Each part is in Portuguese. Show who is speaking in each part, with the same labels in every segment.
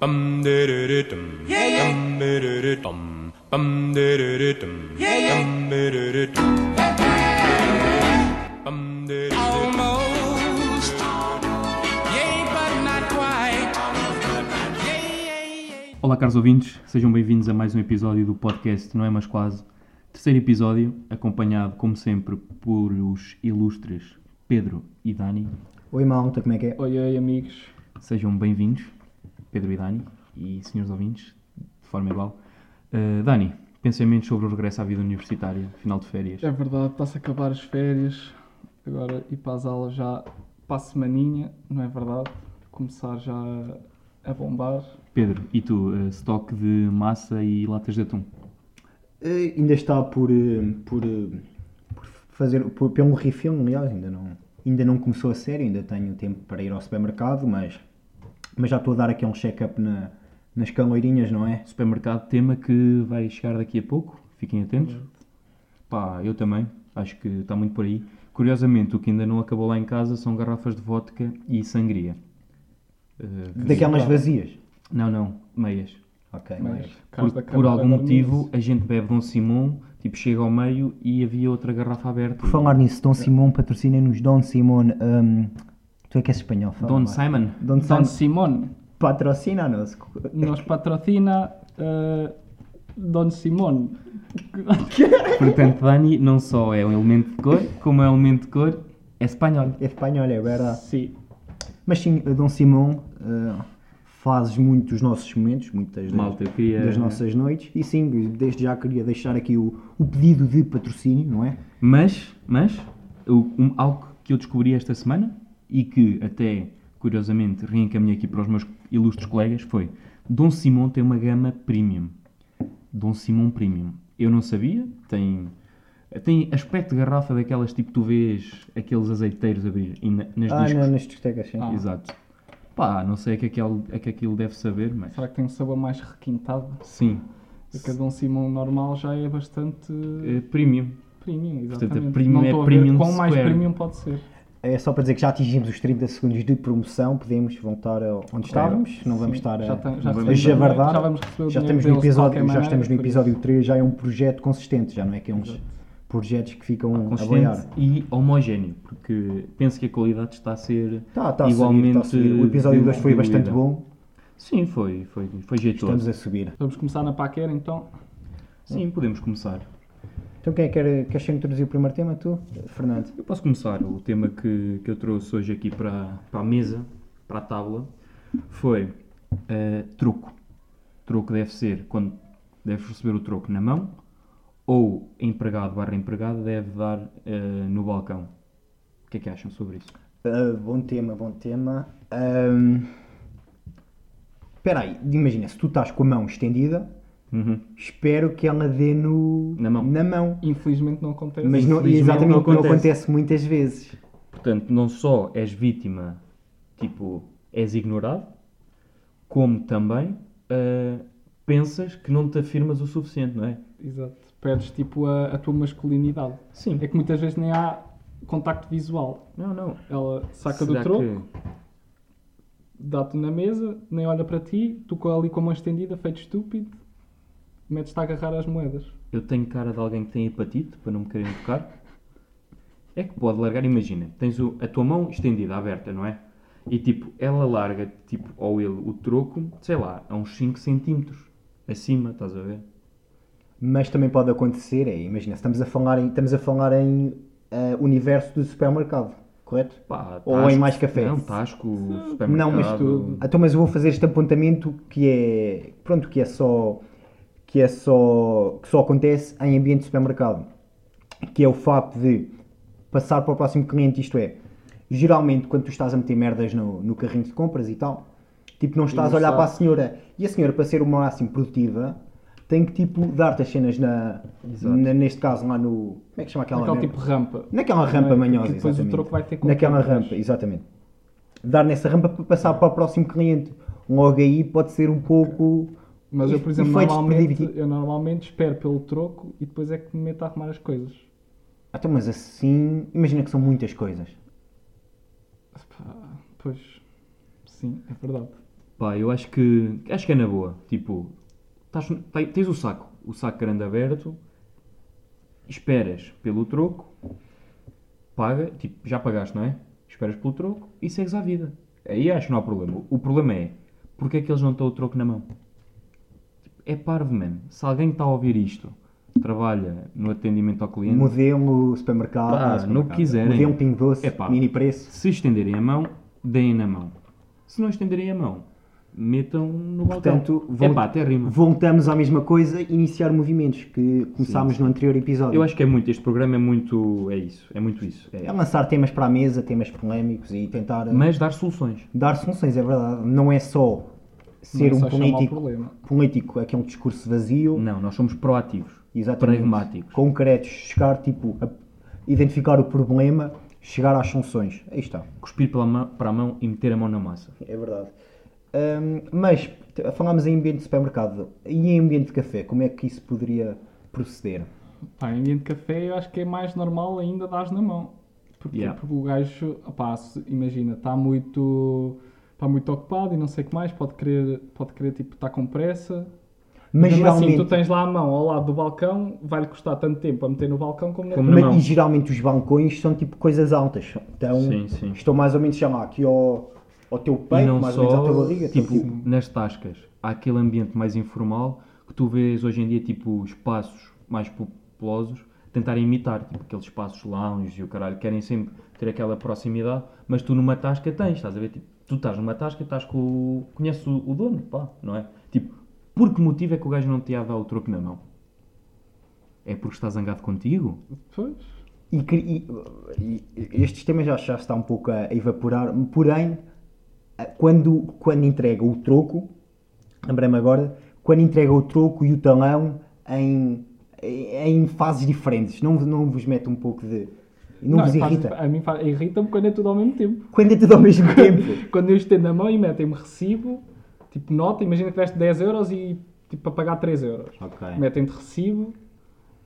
Speaker 1: Bum de de de dum.
Speaker 2: Yeah, yeah.
Speaker 1: Bum de de de dum. Bum de de de dum.
Speaker 2: Yeah, yeah.
Speaker 1: Bum de de de dum. Bum de de de dum.
Speaker 2: Almost. Yay, but not quite. Yay, yay, yay.
Speaker 3: Olá, caros ouvintes, sejam bem-vindos a mais um episódio do podcast Não é Mas Quase. Terceiro episódio, acompanhado, como sempre, por os ilustres Pedro e Dani.
Speaker 4: Oi malta, como é que é?
Speaker 5: Oi, oi, amigos.
Speaker 3: Sejam bem-vindos, Pedro e Dani, e senhores ouvintes, de forma igual. Uh, Dani, pensamentos sobre o regresso à vida universitária, final de férias.
Speaker 5: É verdade, está-se a acabar as férias. Agora ir para as aulas já para a semaninha, não é verdade? Começar já a bombar.
Speaker 3: Pedro, e tu, uh, estoque de massa e latas de atum?
Speaker 4: Eh, ainda está por, eh, por, eh, por fazer por, pelo refill, aliás, ainda não, ainda não começou a série, ainda tenho tempo para ir ao supermercado, mas, mas já estou a dar aqui um check-up na- nas caloirinhas, não é?
Speaker 3: Supermercado, tema que vai chegar daqui a pouco, fiquem atentos. Pá, eu também, acho que está muito por aí. Curiosamente, o que ainda não acabou lá em casa são garrafas de vodka e sangria. Eh, que-
Speaker 4: Daquelas vazias.
Speaker 3: Não, não, meias.
Speaker 4: Ok,
Speaker 5: Mas,
Speaker 4: mas
Speaker 5: caso
Speaker 3: Por,
Speaker 5: da
Speaker 3: por
Speaker 5: Câmara
Speaker 3: algum
Speaker 5: da
Speaker 3: motivo,
Speaker 5: Dormidas.
Speaker 3: a gente bebe Dom Simão, tipo, chega ao meio e havia outra garrafa aberta.
Speaker 4: por falar nisso, Dom Simão patrocina-nos Dom Simão. hum, tu é que és espanhol, fala.
Speaker 3: Don
Speaker 4: lá.
Speaker 3: Simon.
Speaker 4: Don
Speaker 5: Don
Speaker 4: Simão
Speaker 5: Simone
Speaker 4: patrocina-nos.
Speaker 5: nos patrocina eh, Don Simone.
Speaker 3: Portanto, Dani não só é um elemento de cor, como é um elemento de cor é espanhol.
Speaker 4: É espanhol, é verdade.
Speaker 5: Sim.
Speaker 4: Mas sim, Dom Simão eh, fazes muito dos nossos momentos, muitas das,
Speaker 3: Malta, eu queria-
Speaker 4: das nossas noites. E sim, desde já queria deixar aqui o, o pedido de patrocínio, não é?
Speaker 3: Mas, mas, eu- um- algo que eu descobri esta semana e que até, curiosamente, reencaminhei aqui para os meus ilustres colegas foi Dom Simão tem uma gama premium. Dom Simão Premium. Eu não sabia, tem, tem aspecto de garrafa daquelas tipo tu vês aqueles azeiteiros abrir e na- nas
Speaker 4: Ah,
Speaker 3: discos.
Speaker 4: não, nas discotecas, sim.
Speaker 3: Exato. Pá, não sei o que, aquele, a que aquilo deve saber, mas
Speaker 5: Será que tem um sabor mais requintado?
Speaker 3: sim.
Speaker 5: Porque a Don Simone normal já é bastante
Speaker 3: Eh, premium.
Speaker 5: premium,
Speaker 3: portanto, a
Speaker 5: exatamente.
Speaker 3: premium
Speaker 5: não
Speaker 3: é
Speaker 5: estou a
Speaker 3: premium
Speaker 5: ver quão mais
Speaker 3: square.
Speaker 5: premium pode ser.
Speaker 4: É só para dizer que já atingimos os 30 segundos de promoção, podemos voltar a onde estávamos, não vamos
Speaker 5: Sim,
Speaker 4: estar a,
Speaker 5: já tem- já
Speaker 4: a
Speaker 5: recebemos
Speaker 4: javardar.
Speaker 5: o dinheiro, já vamos receber o
Speaker 4: Já
Speaker 5: dinheiro
Speaker 4: estamos no
Speaker 5: deles de
Speaker 4: episódio,
Speaker 5: qualquer
Speaker 4: já estamos no
Speaker 5: maneira, por
Speaker 4: episódio 3, já é um projeto consistente, já não é aqueles projetos que
Speaker 5: Ah,
Speaker 4: ficam a
Speaker 3: Consistente
Speaker 4: boiar.
Speaker 3: e homogéneo, porque penso que a qualidade está a ser
Speaker 4: Tá, tá a
Speaker 3: igualmente.
Speaker 4: subir, tá a subir. O episódio 2 foi bastante
Speaker 3: diluída.
Speaker 4: bom,
Speaker 3: Sim, foi, foi, foi
Speaker 4: estamos
Speaker 3: jeitoso.
Speaker 4: a subir.
Speaker 5: Vamos começar na paquera então.
Speaker 3: Sim, podemos começar.
Speaker 4: Então quem é que quer, queres introduzir o primeiro tema, tu, Fernando?
Speaker 3: Eu posso começar. O tema que, que eu trouxe hoje aqui para, para a mesa, para a tábua, foi eh, troco. Troco deve ser quando deves receber o troco na mão ou empregado barra empregada deve dar eh, no balcão. O que é que acham sobre isso?
Speaker 4: Ah, bom tema, bom tema. Ahm, Espera aí, imagina, se tu estás com a mão estendida,
Speaker 3: Uhum.
Speaker 4: espero que ela dê no...
Speaker 3: Na mão.
Speaker 4: mão.
Speaker 5: Infelizmente não acontece.
Speaker 4: Mas não,
Speaker 3: Infelizmente
Speaker 4: exatamente,
Speaker 3: não
Speaker 4: não
Speaker 3: acontece.
Speaker 4: acontece. muitas vezes.
Speaker 3: Portanto, não só és vítima, tipo, és ignorado, como também ah, pensas que não te afirmas o suficiente, não é?
Speaker 5: Exato. Perdes tipo a, a tua masculinidade.
Speaker 3: Sim.
Speaker 5: É que muitas vezes nem há contacto visual.
Speaker 3: Não, não.
Speaker 5: Ela saca
Speaker 3: Será
Speaker 5: do troco,
Speaker 3: que-
Speaker 5: dá-te na mesa, nem olha para ti, tu com- ali com a mão estendida, feito estúpido, metes-te a agarrar as moedas.
Speaker 3: Eu tenho cara de alguém que tem hepatite, para não me quererem tocar. É que pode largar, imagina, tens o- a tua mão estendida, aberta, não é? E tipo, ela larga, tipo, ou ele, o troco, sei lá, a uns 5 centímetros acima, estás a ver?
Speaker 4: Mas também pode acontecer, é, imagina, se estamos a falar em, estamos a falar em ah, universo do supermercado, correto?
Speaker 3: Pá,
Speaker 4: Ou em mais café.
Speaker 3: Não, Tasco, supermercado...
Speaker 4: Não, mas tu. Então, mas eu vou fazer este apontamento que é. Pronto, que é só. Que é só. Que só acontece em ambiente de supermercado. Que é o facto de passar para o próximo cliente, isto é. Geralmente, quando tu estás a meter merdas no, no carrinho de compras e tal, tipo, não estás
Speaker 5: não
Speaker 4: a olhar para a
Speaker 5: sabes.
Speaker 4: senhora. E a senhora, para ser o máximo produtiva, tem que, tipo, dar-te as cenas na,
Speaker 3: Exato.
Speaker 4: na- Neste caso, lá no. Como é que chama aquela
Speaker 5: Aquele
Speaker 4: merda?
Speaker 5: tipo de rampa.
Speaker 4: Naquela rampa
Speaker 5: Não é?
Speaker 4: manhosa,
Speaker 5: Que depois o
Speaker 4: exatamente.
Speaker 5: troco vai ter que
Speaker 4: Naquela
Speaker 5: comprar.
Speaker 4: rampa, exatamente. Dar nessa rampa para passar para o próximo cliente. Um Logo aí pode ser um pouco.
Speaker 5: Mas eu, por exemplo,
Speaker 4: efeitos
Speaker 5: normalmente,
Speaker 4: predicti-
Speaker 5: eu normalmente espero pelo troco e depois é que me meto a arrumar as coisas.
Speaker 4: Ah, Então, mas assim. Imagina que são muitas coisas.
Speaker 5: Pá, Pois, sim, é verdade.
Speaker 3: Pá, eu acho que. Acho que é na boa. Tipo, estás- te- tens o saco, o saco grande aberto, esperas pelo troco, paga, tipo, já pagaste, não é? Esperas pelo troco e segues à vida. Aí acho que não há problema. O problema é, porque é que eles não estão o troco na mão? É parvo, mano. Se alguém está a ouvir isto, trabalha no atendimento ao cliente,
Speaker 4: Modelo, supermercado,
Speaker 3: Pá,
Speaker 4: ah,
Speaker 3: no que quiserem.
Speaker 4: Modelo, pingo doce,
Speaker 3: Epá.
Speaker 4: mini preço.
Speaker 3: se estenderem a mão, deem na mão. Se não estenderem a mão, metam no balcão.
Speaker 4: Portanto, vol-
Speaker 3: Epá, até rima.
Speaker 4: voltamos à mesma coisa, iniciar movimentos que começámos no anterior episódio.
Speaker 3: Eu acho que é muito, este programa é muito, é isso, é muito isso. É.
Speaker 4: É lançar temas para a mesa, temas polémicos e tentar eh,
Speaker 3: Mas dar soluções.
Speaker 4: dar soluções, é verdade. Não é só ser
Speaker 5: Não é
Speaker 4: um
Speaker 5: só chamar o
Speaker 4: político,
Speaker 5: problema.
Speaker 4: político é que é um discurso vazio,
Speaker 3: Não, nós somos proativos,
Speaker 4: exatamente,
Speaker 3: Hum, pragmáticos.
Speaker 4: concretos, chegar tipo a identificar o problema, chegar às soluções. Aí está.
Speaker 3: Cuspir pela mão, para a mão e meter a mão na massa.
Speaker 4: É verdade. Ahm, mas t- falámos em ambiente de supermercado e em ambiente de café, como é que isso poderia proceder?
Speaker 5: Pá, em ambiente de café eu acho que é mais normal ainda dar na mão. Porquê?
Speaker 3: Yeah.
Speaker 5: Porque o gajo, opá, se- imagina, está muito, tá muito ocupado e não sei o que mais, pode querer, pode querer tipo, estar com pressa.
Speaker 4: Mas
Speaker 5: Mesmo assim,
Speaker 4: geralmente,
Speaker 5: tu tens lá a mão ao lado do balcão, vai-lhe custar tanto tempo a meter no balcão como,
Speaker 3: Como
Speaker 5: na...
Speaker 4: mas-
Speaker 3: na mão.
Speaker 4: e geralmente os balcões são tipo coisas altas, então
Speaker 3: Sim, sim.
Speaker 4: estão mais ou menos sei lá, aqui ao, ao teu
Speaker 3: e
Speaker 4: peito,
Speaker 3: não
Speaker 4: mais
Speaker 3: só,
Speaker 4: ou menos à tua barriga. tá, estão,
Speaker 3: tipo, nas tascas. Há aquele ambiente mais informal que tu vês hoje em dia, tipo, espaços mais populosos tentar imitar, tipo, aqueles espaços lounge e o caralho, querem sempre ter aquela proximidade, mas tu numa tasca tens, estás a ver? Tipo, tu estás numa tasca, estás com o... conheces o, o dono, pá, não é? Tipo, por que motivo é que o gajo não te ia dar o troco na mão? É porque está zangado contigo?
Speaker 5: Pois.
Speaker 4: E, cri- e- e- e estes temas já, já está um pouco a evaporar, porém, a- quando, quando entrega o troco, lembrei-me agora, quando entrega o troco e o talão em, em, em fases diferentes, não, não vos mete um pouco de. Não,
Speaker 3: é
Speaker 4: vos
Speaker 5: faz-
Speaker 4: irrita?
Speaker 5: a mim faz- irrita-me quando é tudo ao mesmo tempo.
Speaker 4: Quando é tudo ao mesmo tempo.
Speaker 5: Quando eu estendo a mão e metem-me recibo, tipo nota, imagina que deste 10 euros e tipo para pagar 3 euros.
Speaker 4: Ok.
Speaker 3: É.
Speaker 5: Metem-te recibo,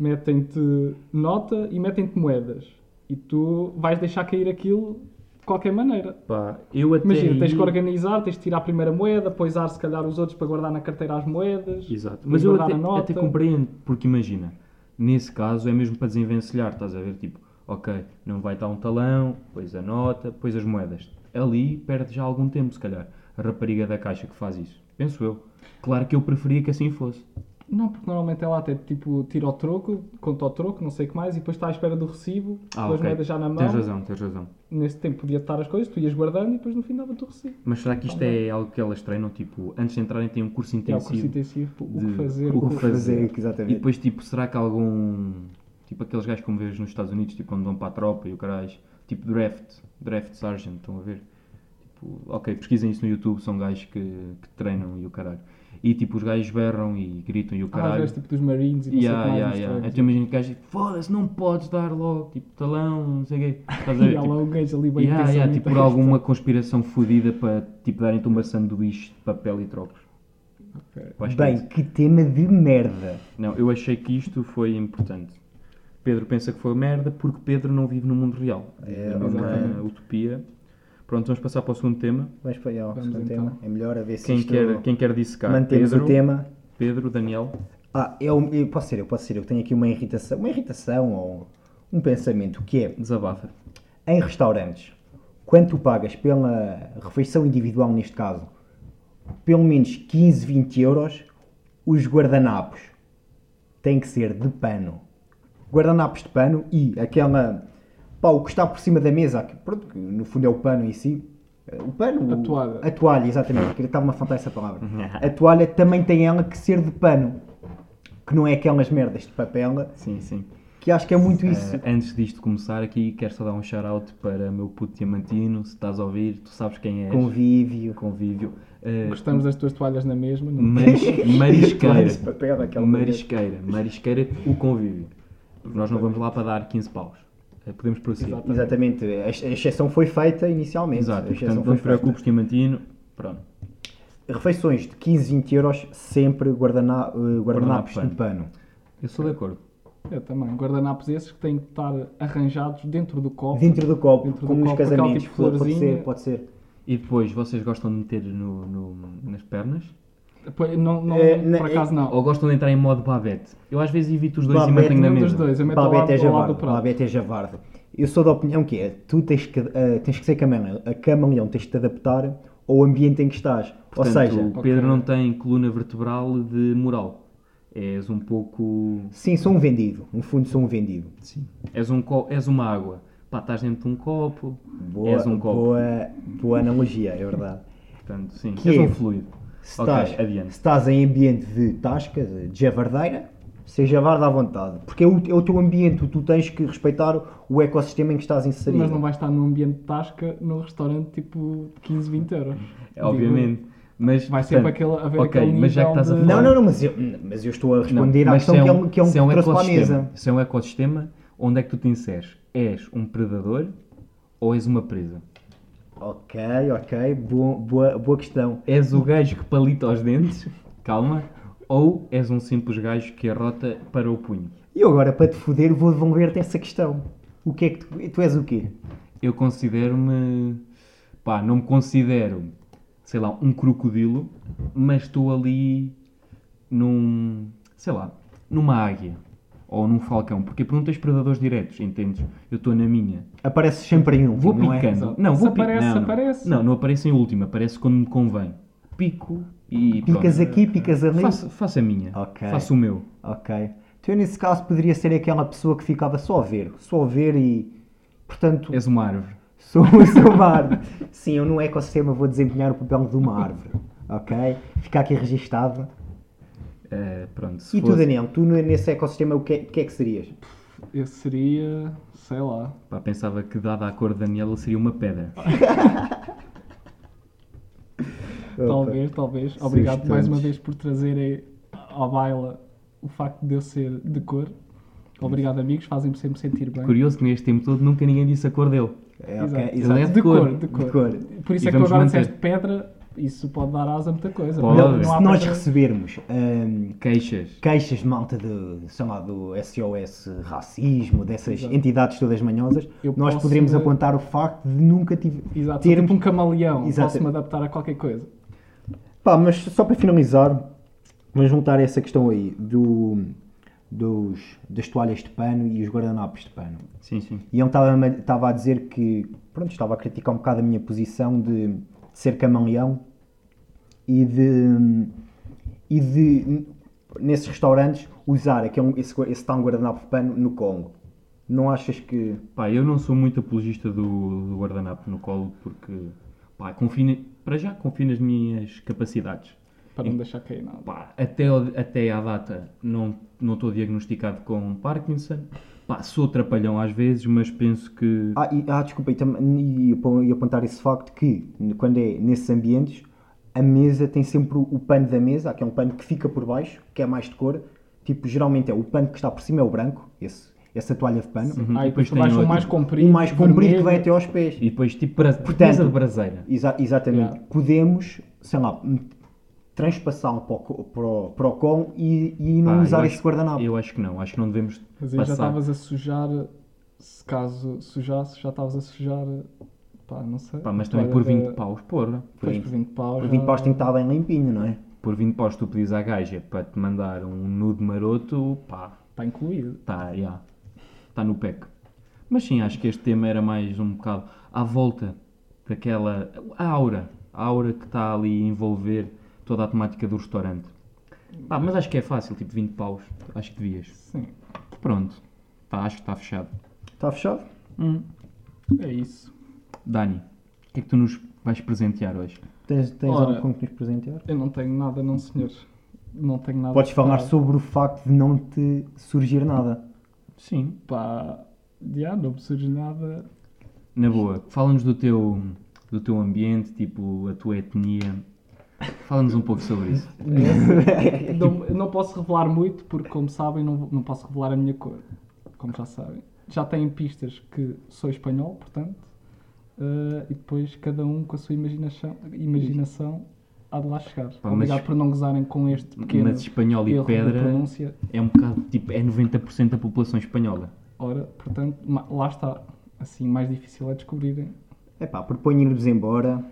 Speaker 5: metem-te nota e metem-te moedas. E tu vais deixar cair aquilo de qualquer maneira.
Speaker 3: Pá, eu até
Speaker 5: Imagina,
Speaker 3: aí-
Speaker 5: tens que organizar, tens de tirar a primeira moeda, poisar se calhar os outros para guardar na carteira as moedas.
Speaker 3: Exato.
Speaker 5: depois
Speaker 3: Mas eu
Speaker 5: guardar
Speaker 3: até,
Speaker 5: a nota.
Speaker 3: até compreendo, porque imagina, nesse caso é mesmo para desenvencilhar, estás a ver? Tipo, ok, não vai estar um talão, depois a nota, depois as moedas. Ali perde já algum tempo, se calhar. A rapariga da caixa que faz isso. Penso eu. Claro que eu preferia que assim fosse.
Speaker 5: Não, porque normalmente ela até tipo tira o troco, conta o troco, não sei o que mais, e depois está à espera do recibo, com as
Speaker 3: Ah, ok.
Speaker 5: moedas já na mão.
Speaker 3: Tens razão, tens razão.
Speaker 5: Nesse tempo podia estar as coisas, tu ias guardando e depois no fim dava-te o recibo.
Speaker 3: Mas será que isto é algo que elas treinam? Tipo, antes de entrarem têm um curso
Speaker 5: É o
Speaker 3: intensivo.
Speaker 5: curso intensivo, o
Speaker 3: de
Speaker 5: que fazer,
Speaker 3: o
Speaker 5: o
Speaker 3: que
Speaker 5: que
Speaker 4: fazer,
Speaker 3: E
Speaker 4: exatamente.
Speaker 3: depois, tipo, será que algum. Tipo aqueles gajos como vês nos Estados Unidos, tipo, quando vão para a tropa e o caralho. Tipo, draft. Draft sergeant, estão a ver? Tipo, ok, pesquisem isso no YouTube, são gajos que, que treinam e o caralho. E tipo, os gajos berram e gritam e o
Speaker 5: Ah,
Speaker 3: caralho.
Speaker 5: às vezes, tipo dos Marines e não
Speaker 3: Yeah,
Speaker 5: sei o que mais.
Speaker 3: yeah,
Speaker 5: uns
Speaker 3: yeah.
Speaker 5: trocos.
Speaker 3: Então imagina que o gajo, foda-se, não podes dar logo, tipo, talão, não sei o quê. Estás a
Speaker 5: E
Speaker 3: ver?
Speaker 5: há
Speaker 3: Tipo,
Speaker 5: lá um gajo ali bem
Speaker 3: yeah, yeah,
Speaker 5: intensamente
Speaker 3: tipo,
Speaker 5: a
Speaker 3: por
Speaker 5: gastar.
Speaker 3: alguma conspiração fodida para, tipo, darem-te uma sanduíche de papel e trocos.
Speaker 5: Ok.
Speaker 3: Eu acho que é isso.
Speaker 4: Bem, que tema de merda.
Speaker 3: Não, eu achei que isto foi importante. Pedro pensa que foi merda porque Pedro não vive no mundo real. É, uma utopia. Pronto, vamos passar para o segundo tema.
Speaker 4: Mas para já,
Speaker 5: Vamos
Speaker 4: segundo
Speaker 5: então.
Speaker 4: tema. É melhor a ver se
Speaker 3: Quem
Speaker 4: isto
Speaker 3: quer, quem quer dissecar?
Speaker 4: mantemos
Speaker 3: Pedro,
Speaker 4: o tema.
Speaker 3: Pedro, Daniel.
Speaker 4: Ah, eu, eu posso ser, eu posso ser, eu tenho aqui uma irritação, uma irritação ou um pensamento que é
Speaker 3: Desabafa.
Speaker 4: em restaurantes, quando tu pagas pela refeição individual neste caso, pelo menos 15, 20 euros, os guardanapos têm que ser de pano. Guardanapos de pano e aquela pá, o que está por cima da mesa, que, pronto, que no fundo é o pano em si. eh, O pano,
Speaker 5: A
Speaker 4: o-
Speaker 5: toalha.
Speaker 4: a toalha, exatamente, que estava-me a faltar essa palavra. A toalha também tem ela que ser de pano, que não é aquelas merdas de papel,
Speaker 3: Sim, sim.
Speaker 4: que acho que é muito isso.
Speaker 3: Eh, antes disto começar aqui, quero só dar um shout-out para meu puto Diamantino. Se estás a ouvir, tu sabes quem és.
Speaker 4: Convívio.
Speaker 3: Convívio. Eh,
Speaker 5: Gostamos das tuas toalhas na mesma. não?
Speaker 3: maris-
Speaker 4: Toalhas de
Speaker 3: marisqueira.
Speaker 4: papel, aquela
Speaker 3: Marisqueira. Marisqueira, o convívio. Porque nós não vamos lá para dar 15 paus. Eh, Podemos prosseguir.
Speaker 5: Exato.
Speaker 4: Exatamente, a ex- a exceção foi feita inicialmente.
Speaker 3: Exato,
Speaker 4: a exceção
Speaker 3: portanto,
Speaker 4: foi
Speaker 3: não te preocupes, Diamantino. Pronto.
Speaker 4: feita. Refeições de 15, 20 euros, sempre guardana, eh, guardanapos
Speaker 3: Guardanapo
Speaker 4: de pano.
Speaker 3: Eu sou de acordo.
Speaker 5: é? Eu também. Guardanapos esses que têm que estar arranjados dentro do copo.
Speaker 4: Dentro do copo,
Speaker 5: Dentro do
Speaker 4: como nos
Speaker 5: copo, aquela
Speaker 4: casamentos,
Speaker 5: tipo
Speaker 4: pode
Speaker 5: florzinha.
Speaker 4: ser, pode ser.
Speaker 3: E depois vocês gostam de meter no- no- nas pernas?
Speaker 5: Pois, Não, não,
Speaker 4: É, na-
Speaker 5: por acaso não.
Speaker 3: Ou gostam de entrar em modo bavete? Eu às vezes evito os dois
Speaker 4: Bavete
Speaker 3: e mantenho na
Speaker 5: nenhum dos
Speaker 3: mesa.
Speaker 5: dois, eu meto ao lado,
Speaker 4: Babete é
Speaker 5: ao lado do
Speaker 4: javardo.
Speaker 5: prato.
Speaker 4: Babete é javardo. Eu sou da opinião que é, tu tens que, ah, tens que ser camaleão, a camaleão, tens de te adaptar ao ambiente em que estás.
Speaker 3: Portanto,
Speaker 4: Ou seja,
Speaker 3: o Pedro não tem coluna vertebral de moral. És um pouco.
Speaker 4: sim, sou um vendido. No fundo, sou um vendido.
Speaker 3: Sim. És, um co... és uma água. Pá, estás dentro de um copo.
Speaker 4: Boa,
Speaker 3: és um copo.
Speaker 4: boa, boa analogia, é verdade.
Speaker 3: Portanto, sim.
Speaker 4: Que
Speaker 3: és
Speaker 4: é?
Speaker 3: um fluido.
Speaker 4: Se
Speaker 3: ok,
Speaker 4: estás, se
Speaker 3: adiante.
Speaker 4: estás em ambiente de tasca, de javardeira, seja javarda à vontade. Porque é o, é o teu ambiente, tu tens que respeitar o ecossistema em que estás inserido.
Speaker 5: Mas não vai estar num ambiente de tasca num restaurante tipo de 15, 20 euros.
Speaker 3: É, Obviamente. Mas,
Speaker 5: Vai sempre
Speaker 3: portanto,
Speaker 5: aquele- haver
Speaker 3: ok,
Speaker 5: aquele
Speaker 3: mas já que
Speaker 5: nível
Speaker 3: estás a
Speaker 5: de-
Speaker 3: falar.
Speaker 4: não, não, não, mas eu, mas eu estou a
Speaker 3: Não,
Speaker 4: responder à
Speaker 3: mas
Speaker 4: questão
Speaker 3: se
Speaker 4: que é um que, é um
Speaker 3: se
Speaker 4: que trouxe para a
Speaker 3: ecossistema-
Speaker 4: mesa.
Speaker 3: Se é um ecossistema, onde é que tu te inseres? És um predador ou és uma presa?
Speaker 4: Ok, ok, boa, boa, boa questão.
Speaker 3: És o gajo que palita os dentes, calma, ou és um simples gajo que arrota para o punho?
Speaker 4: E eu agora, para te foder, vou devolver-te essa questão. O que é que tu, tu és o quê?
Speaker 3: Eu considero-me. pá, não me considero, sei lá, um crocodilo, mas estou ali num. sei lá, numa águia ou num falcão, porque perguntas predadores diretos, entendes? Eu estou na minha.
Speaker 4: Apareces sempre em último,
Speaker 3: Vou
Speaker 4: não é?
Speaker 3: picando.
Speaker 5: Exato.
Speaker 3: Não,
Speaker 5: Se
Speaker 3: vou pi-
Speaker 5: aparece,
Speaker 3: não, não.
Speaker 5: aparece.
Speaker 3: Não, não aparece em última, aparece quando me convém. Pico e.
Speaker 4: Picas
Speaker 3: pronto.
Speaker 4: aqui, picas ali.
Speaker 3: Faço, faço a minha.
Speaker 4: Ok.
Speaker 3: Faço o meu.
Speaker 4: Ok. Tu, nesse caso, poderia ser aquela pessoa que ficava só a ver. Só a ver e. Portanto,
Speaker 3: És uma árvore.
Speaker 4: sou, sou uma árvore. Sim, eu no ecossistema vou desempenhar o papel de uma árvore. Ok? Fica aqui registado.
Speaker 3: Eh, pronto. se
Speaker 4: E tu,
Speaker 3: fosse-
Speaker 4: Daniel, tu no- nesse ecossistema o que, é- o que é que serias?
Speaker 5: Eu seria, sei lá,
Speaker 3: Pá, pensava que, dada a cor de Daniela, seria uma pedra.
Speaker 5: talvez, talvez. Obrigado mais
Speaker 4: Sugestões.
Speaker 5: uma vez por trazerem à baila o facto de eu ser de cor. Obrigado, amigos, fazem-me sempre sentir bem.
Speaker 3: Curioso que neste tempo todo nunca ninguém disse a cor dele.
Speaker 4: É, ok,
Speaker 5: Exato.
Speaker 4: exato.
Speaker 3: Ele é
Speaker 5: De cor, de
Speaker 4: De
Speaker 5: cor.
Speaker 4: cor.
Speaker 5: Por isso
Speaker 3: E
Speaker 5: é que tu
Speaker 3: vamos
Speaker 5: agora
Speaker 3: manter.
Speaker 5: disseste pedra, isso pode dar asa a muita coisa.
Speaker 3: Pode.
Speaker 5: Não- não
Speaker 4: Se
Speaker 5: há
Speaker 4: nós
Speaker 5: pedra-
Speaker 4: recebermos hum,
Speaker 3: Queixas.
Speaker 4: queixas de malta de, sei lá, do SOS racismo, dessas
Speaker 5: Exato.
Speaker 4: entidades todas manhosas,
Speaker 5: Eu
Speaker 4: nós
Speaker 5: posso,
Speaker 4: poderemos
Speaker 5: eh,
Speaker 4: apontar o facto de nunca tive,
Speaker 5: Exato, sou
Speaker 4: termos...
Speaker 5: tipo um camaleão,
Speaker 4: Exato.
Speaker 5: posso-me adaptar a qualquer coisa.
Speaker 4: Pá, mas só para finalizar, vamos juntar essa questão aí do, dos, das toalhas de pano e os guardanapos de pano.
Speaker 3: Sim, sim.
Speaker 4: E ele estava a dizer que, pronto, estava a criticar um bocado a minha posição de, de ser camaleão e de, e de n- nesses restaurantes, usar aquele, esse, gua- esse tal guardanapo de pano no Congo. Não achas que...
Speaker 3: Pá, eu não sou muito apologista do, do guardanapo no colo porque, pá, confio, ne- para já confio nas minhas capacidades.
Speaker 5: Para não deixar cair nada.
Speaker 3: Pá, até, ao- até à data não não estou diagnosticado com Parkinson. Pá, sou trapalhão às vezes, mas penso que...
Speaker 4: Ah, e, ah desculpa, e, tam- e apo- e apontar esse facto que, n- quando é nesses ambientes, a mesa tem sempre o, o pano da mesa, aquele pano que fica por baixo, que é mais de cor. Tipo, geralmente é o pano que está por cima, é o branco, esse, essa toalha de pano.
Speaker 5: Ah, e
Speaker 3: Uhum. depois
Speaker 5: depois
Speaker 3: tem
Speaker 5: baixo o
Speaker 3: outro.
Speaker 5: mais
Speaker 4: E
Speaker 5: comprido,
Speaker 4: o Um mais comprido que vai
Speaker 5: vermelho.
Speaker 4: até aos pés.
Speaker 3: E depois, tipo, bra...
Speaker 4: Portanto-
Speaker 3: mesa de braseira.
Speaker 4: Exa- exatamente.
Speaker 5: Yeah.
Speaker 4: Podemos, sei lá, m- transpassá-lo para o, co- para o, para o com e, e
Speaker 3: Pá,
Speaker 4: não
Speaker 3: eu
Speaker 4: usar
Speaker 3: acho-
Speaker 4: esse guardanapo.
Speaker 3: Eu acho que não. Acho que não devemos
Speaker 5: Mas aí já
Speaker 3: passar...
Speaker 5: estavas a sujar, se caso sujasse, já estavas a sujar, pá, não sei.
Speaker 3: Pá, mas
Speaker 5: a
Speaker 3: também por
Speaker 5: toalha da-
Speaker 3: 20 paus, porra.
Speaker 5: Pois, por 20 paus.
Speaker 4: Os
Speaker 5: já-
Speaker 4: 20 paus tem que estar bem limpinho, não é?
Speaker 3: Por 20 paus tu pedis à gaja para te mandar um nude maroto, pá,
Speaker 5: Está incluído.
Speaker 3: Tá, já. Tá no PEC. Mas sim, acho que este tema era mais um bocado à volta daquela. A aura. A aura que está ali a envolver toda a temática do restaurante. Pá, mas acho que é fácil, tipo 20 paus. Acho que devias.
Speaker 5: Sim,
Speaker 3: Pronto. Tá, acho que está fechado.
Speaker 4: Está fechado?
Speaker 5: é isso.
Speaker 3: Dani, o que é que tu nos vais presentear hoje?
Speaker 4: Tens, tens
Speaker 5: Ora.
Speaker 4: algo com que nos presentear?
Speaker 5: Eu não tenho nada, não senhor. Não tenho nada.
Speaker 4: Podes falar
Speaker 5: preparado.
Speaker 4: sobre o facto de não te surgir nada.
Speaker 3: Sim.
Speaker 5: Pá, já, não me surge nada.
Speaker 3: Na boa, fala-nos do teu, do teu ambiente, tipo a tua etnia. Fala-nos um pouco sobre isso.
Speaker 5: Não, não posso revelar muito, porque, como sabem, não, não posso revelar a minha cor. Como já sabem. Já têm pistas que sou espanhol, portanto. eh, e depois cada um com a sua imaginação, imaginação há de lá chegar.
Speaker 3: Ah, mas-
Speaker 5: Obrigado por não gozarem com este pequeno
Speaker 3: Mas espanhol e
Speaker 5: erro de
Speaker 3: pedra-
Speaker 5: pronúncia.
Speaker 3: É um bocado tipo, é 90% da população espanhola.
Speaker 5: Ora, portanto, ma- lá está. Assim, mais difícil é descobrirem.
Speaker 4: Epá, proponho irmos embora.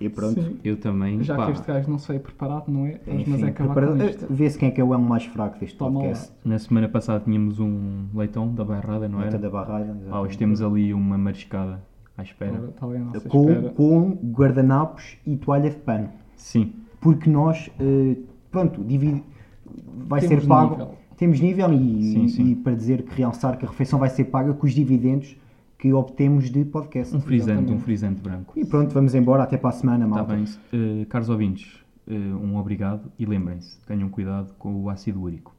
Speaker 4: E pronto.
Speaker 5: Sim.
Speaker 3: Eu também.
Speaker 5: Já
Speaker 3: pá,
Speaker 5: que este gajo não sei preparado, não é? Mas,
Speaker 4: Enfim,
Speaker 5: é acabar
Speaker 4: prepara-
Speaker 5: com isto.
Speaker 4: Vê-se quem é que é o elo mais fraco deste
Speaker 5: Toma lá.
Speaker 4: podcast.
Speaker 3: Na semana passada tínhamos um leitão da bairrada, não
Speaker 4: Nota
Speaker 3: era?
Speaker 4: da é barragem.
Speaker 3: Pá, hoje temos ali uma mariscada à
Speaker 5: Ora,
Speaker 3: espera.
Speaker 5: Está ali a nossa
Speaker 4: com,
Speaker 5: espera.
Speaker 4: com guardanapos e toalha de pano.
Speaker 3: Sim.
Speaker 4: Porque nós, eh, pronto, dividi- vai
Speaker 5: Temos
Speaker 4: ser pago.
Speaker 5: nível.
Speaker 4: Temos nível e,
Speaker 3: Sim, sim.
Speaker 4: e para dizer que realçar que a refeição vai ser paga com os dividendos que obtemos de podcast.
Speaker 3: Um frisante, um
Speaker 5: Exatamente.
Speaker 3: frisante branco.
Speaker 4: E pronto, vamos embora. Até para a semana,
Speaker 3: Está
Speaker 4: malta.
Speaker 3: bem. Eh, caros ouvintes, eh, um obrigado e lembrem-se, tenham cuidado com o ácido úrico.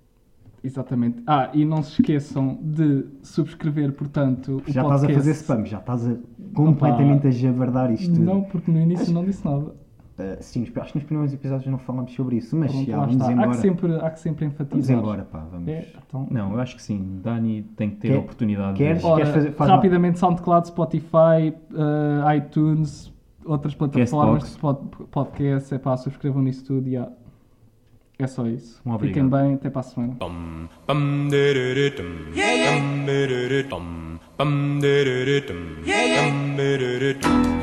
Speaker 5: Exatamente. Ah, e não se esqueçam de subscrever, portanto, o
Speaker 4: já estás
Speaker 5: podcast.
Speaker 4: a fazer spam, já estás a completamente a javardar isto tudo.
Speaker 5: Não, porque no início não disse nada.
Speaker 4: Eh, sim, nos- acho que nos primeiros episódios não falamos sobre isso, mas
Speaker 5: Pronto,
Speaker 4: já,
Speaker 5: lá
Speaker 4: vamos
Speaker 5: está. Há
Speaker 4: embora.
Speaker 5: que sempre, há que sempre
Speaker 4: Vamos
Speaker 5: enfatizar.
Speaker 4: embora, pá, vamos.
Speaker 5: É, então,
Speaker 3: Não, eu acho que sim. Dani tem que ter
Speaker 4: Quer-
Speaker 3: a oportunidade
Speaker 4: queres?
Speaker 3: de...
Speaker 5: Ora,
Speaker 4: fazer- faz lá.
Speaker 5: rapidamente SoundCloud, Spotify, eh, iTunes, outras plataformas
Speaker 3: Castbox.
Speaker 5: de pod- podcast. É pá, subscrevam nisso tudo e há- é só isso.
Speaker 3: Um obrigado.
Speaker 5: Fiquem bem, até para a semana.
Speaker 1: Bum bum de de de dum. Bum de de de dum. Bum de de de dum. Bum de de de dum.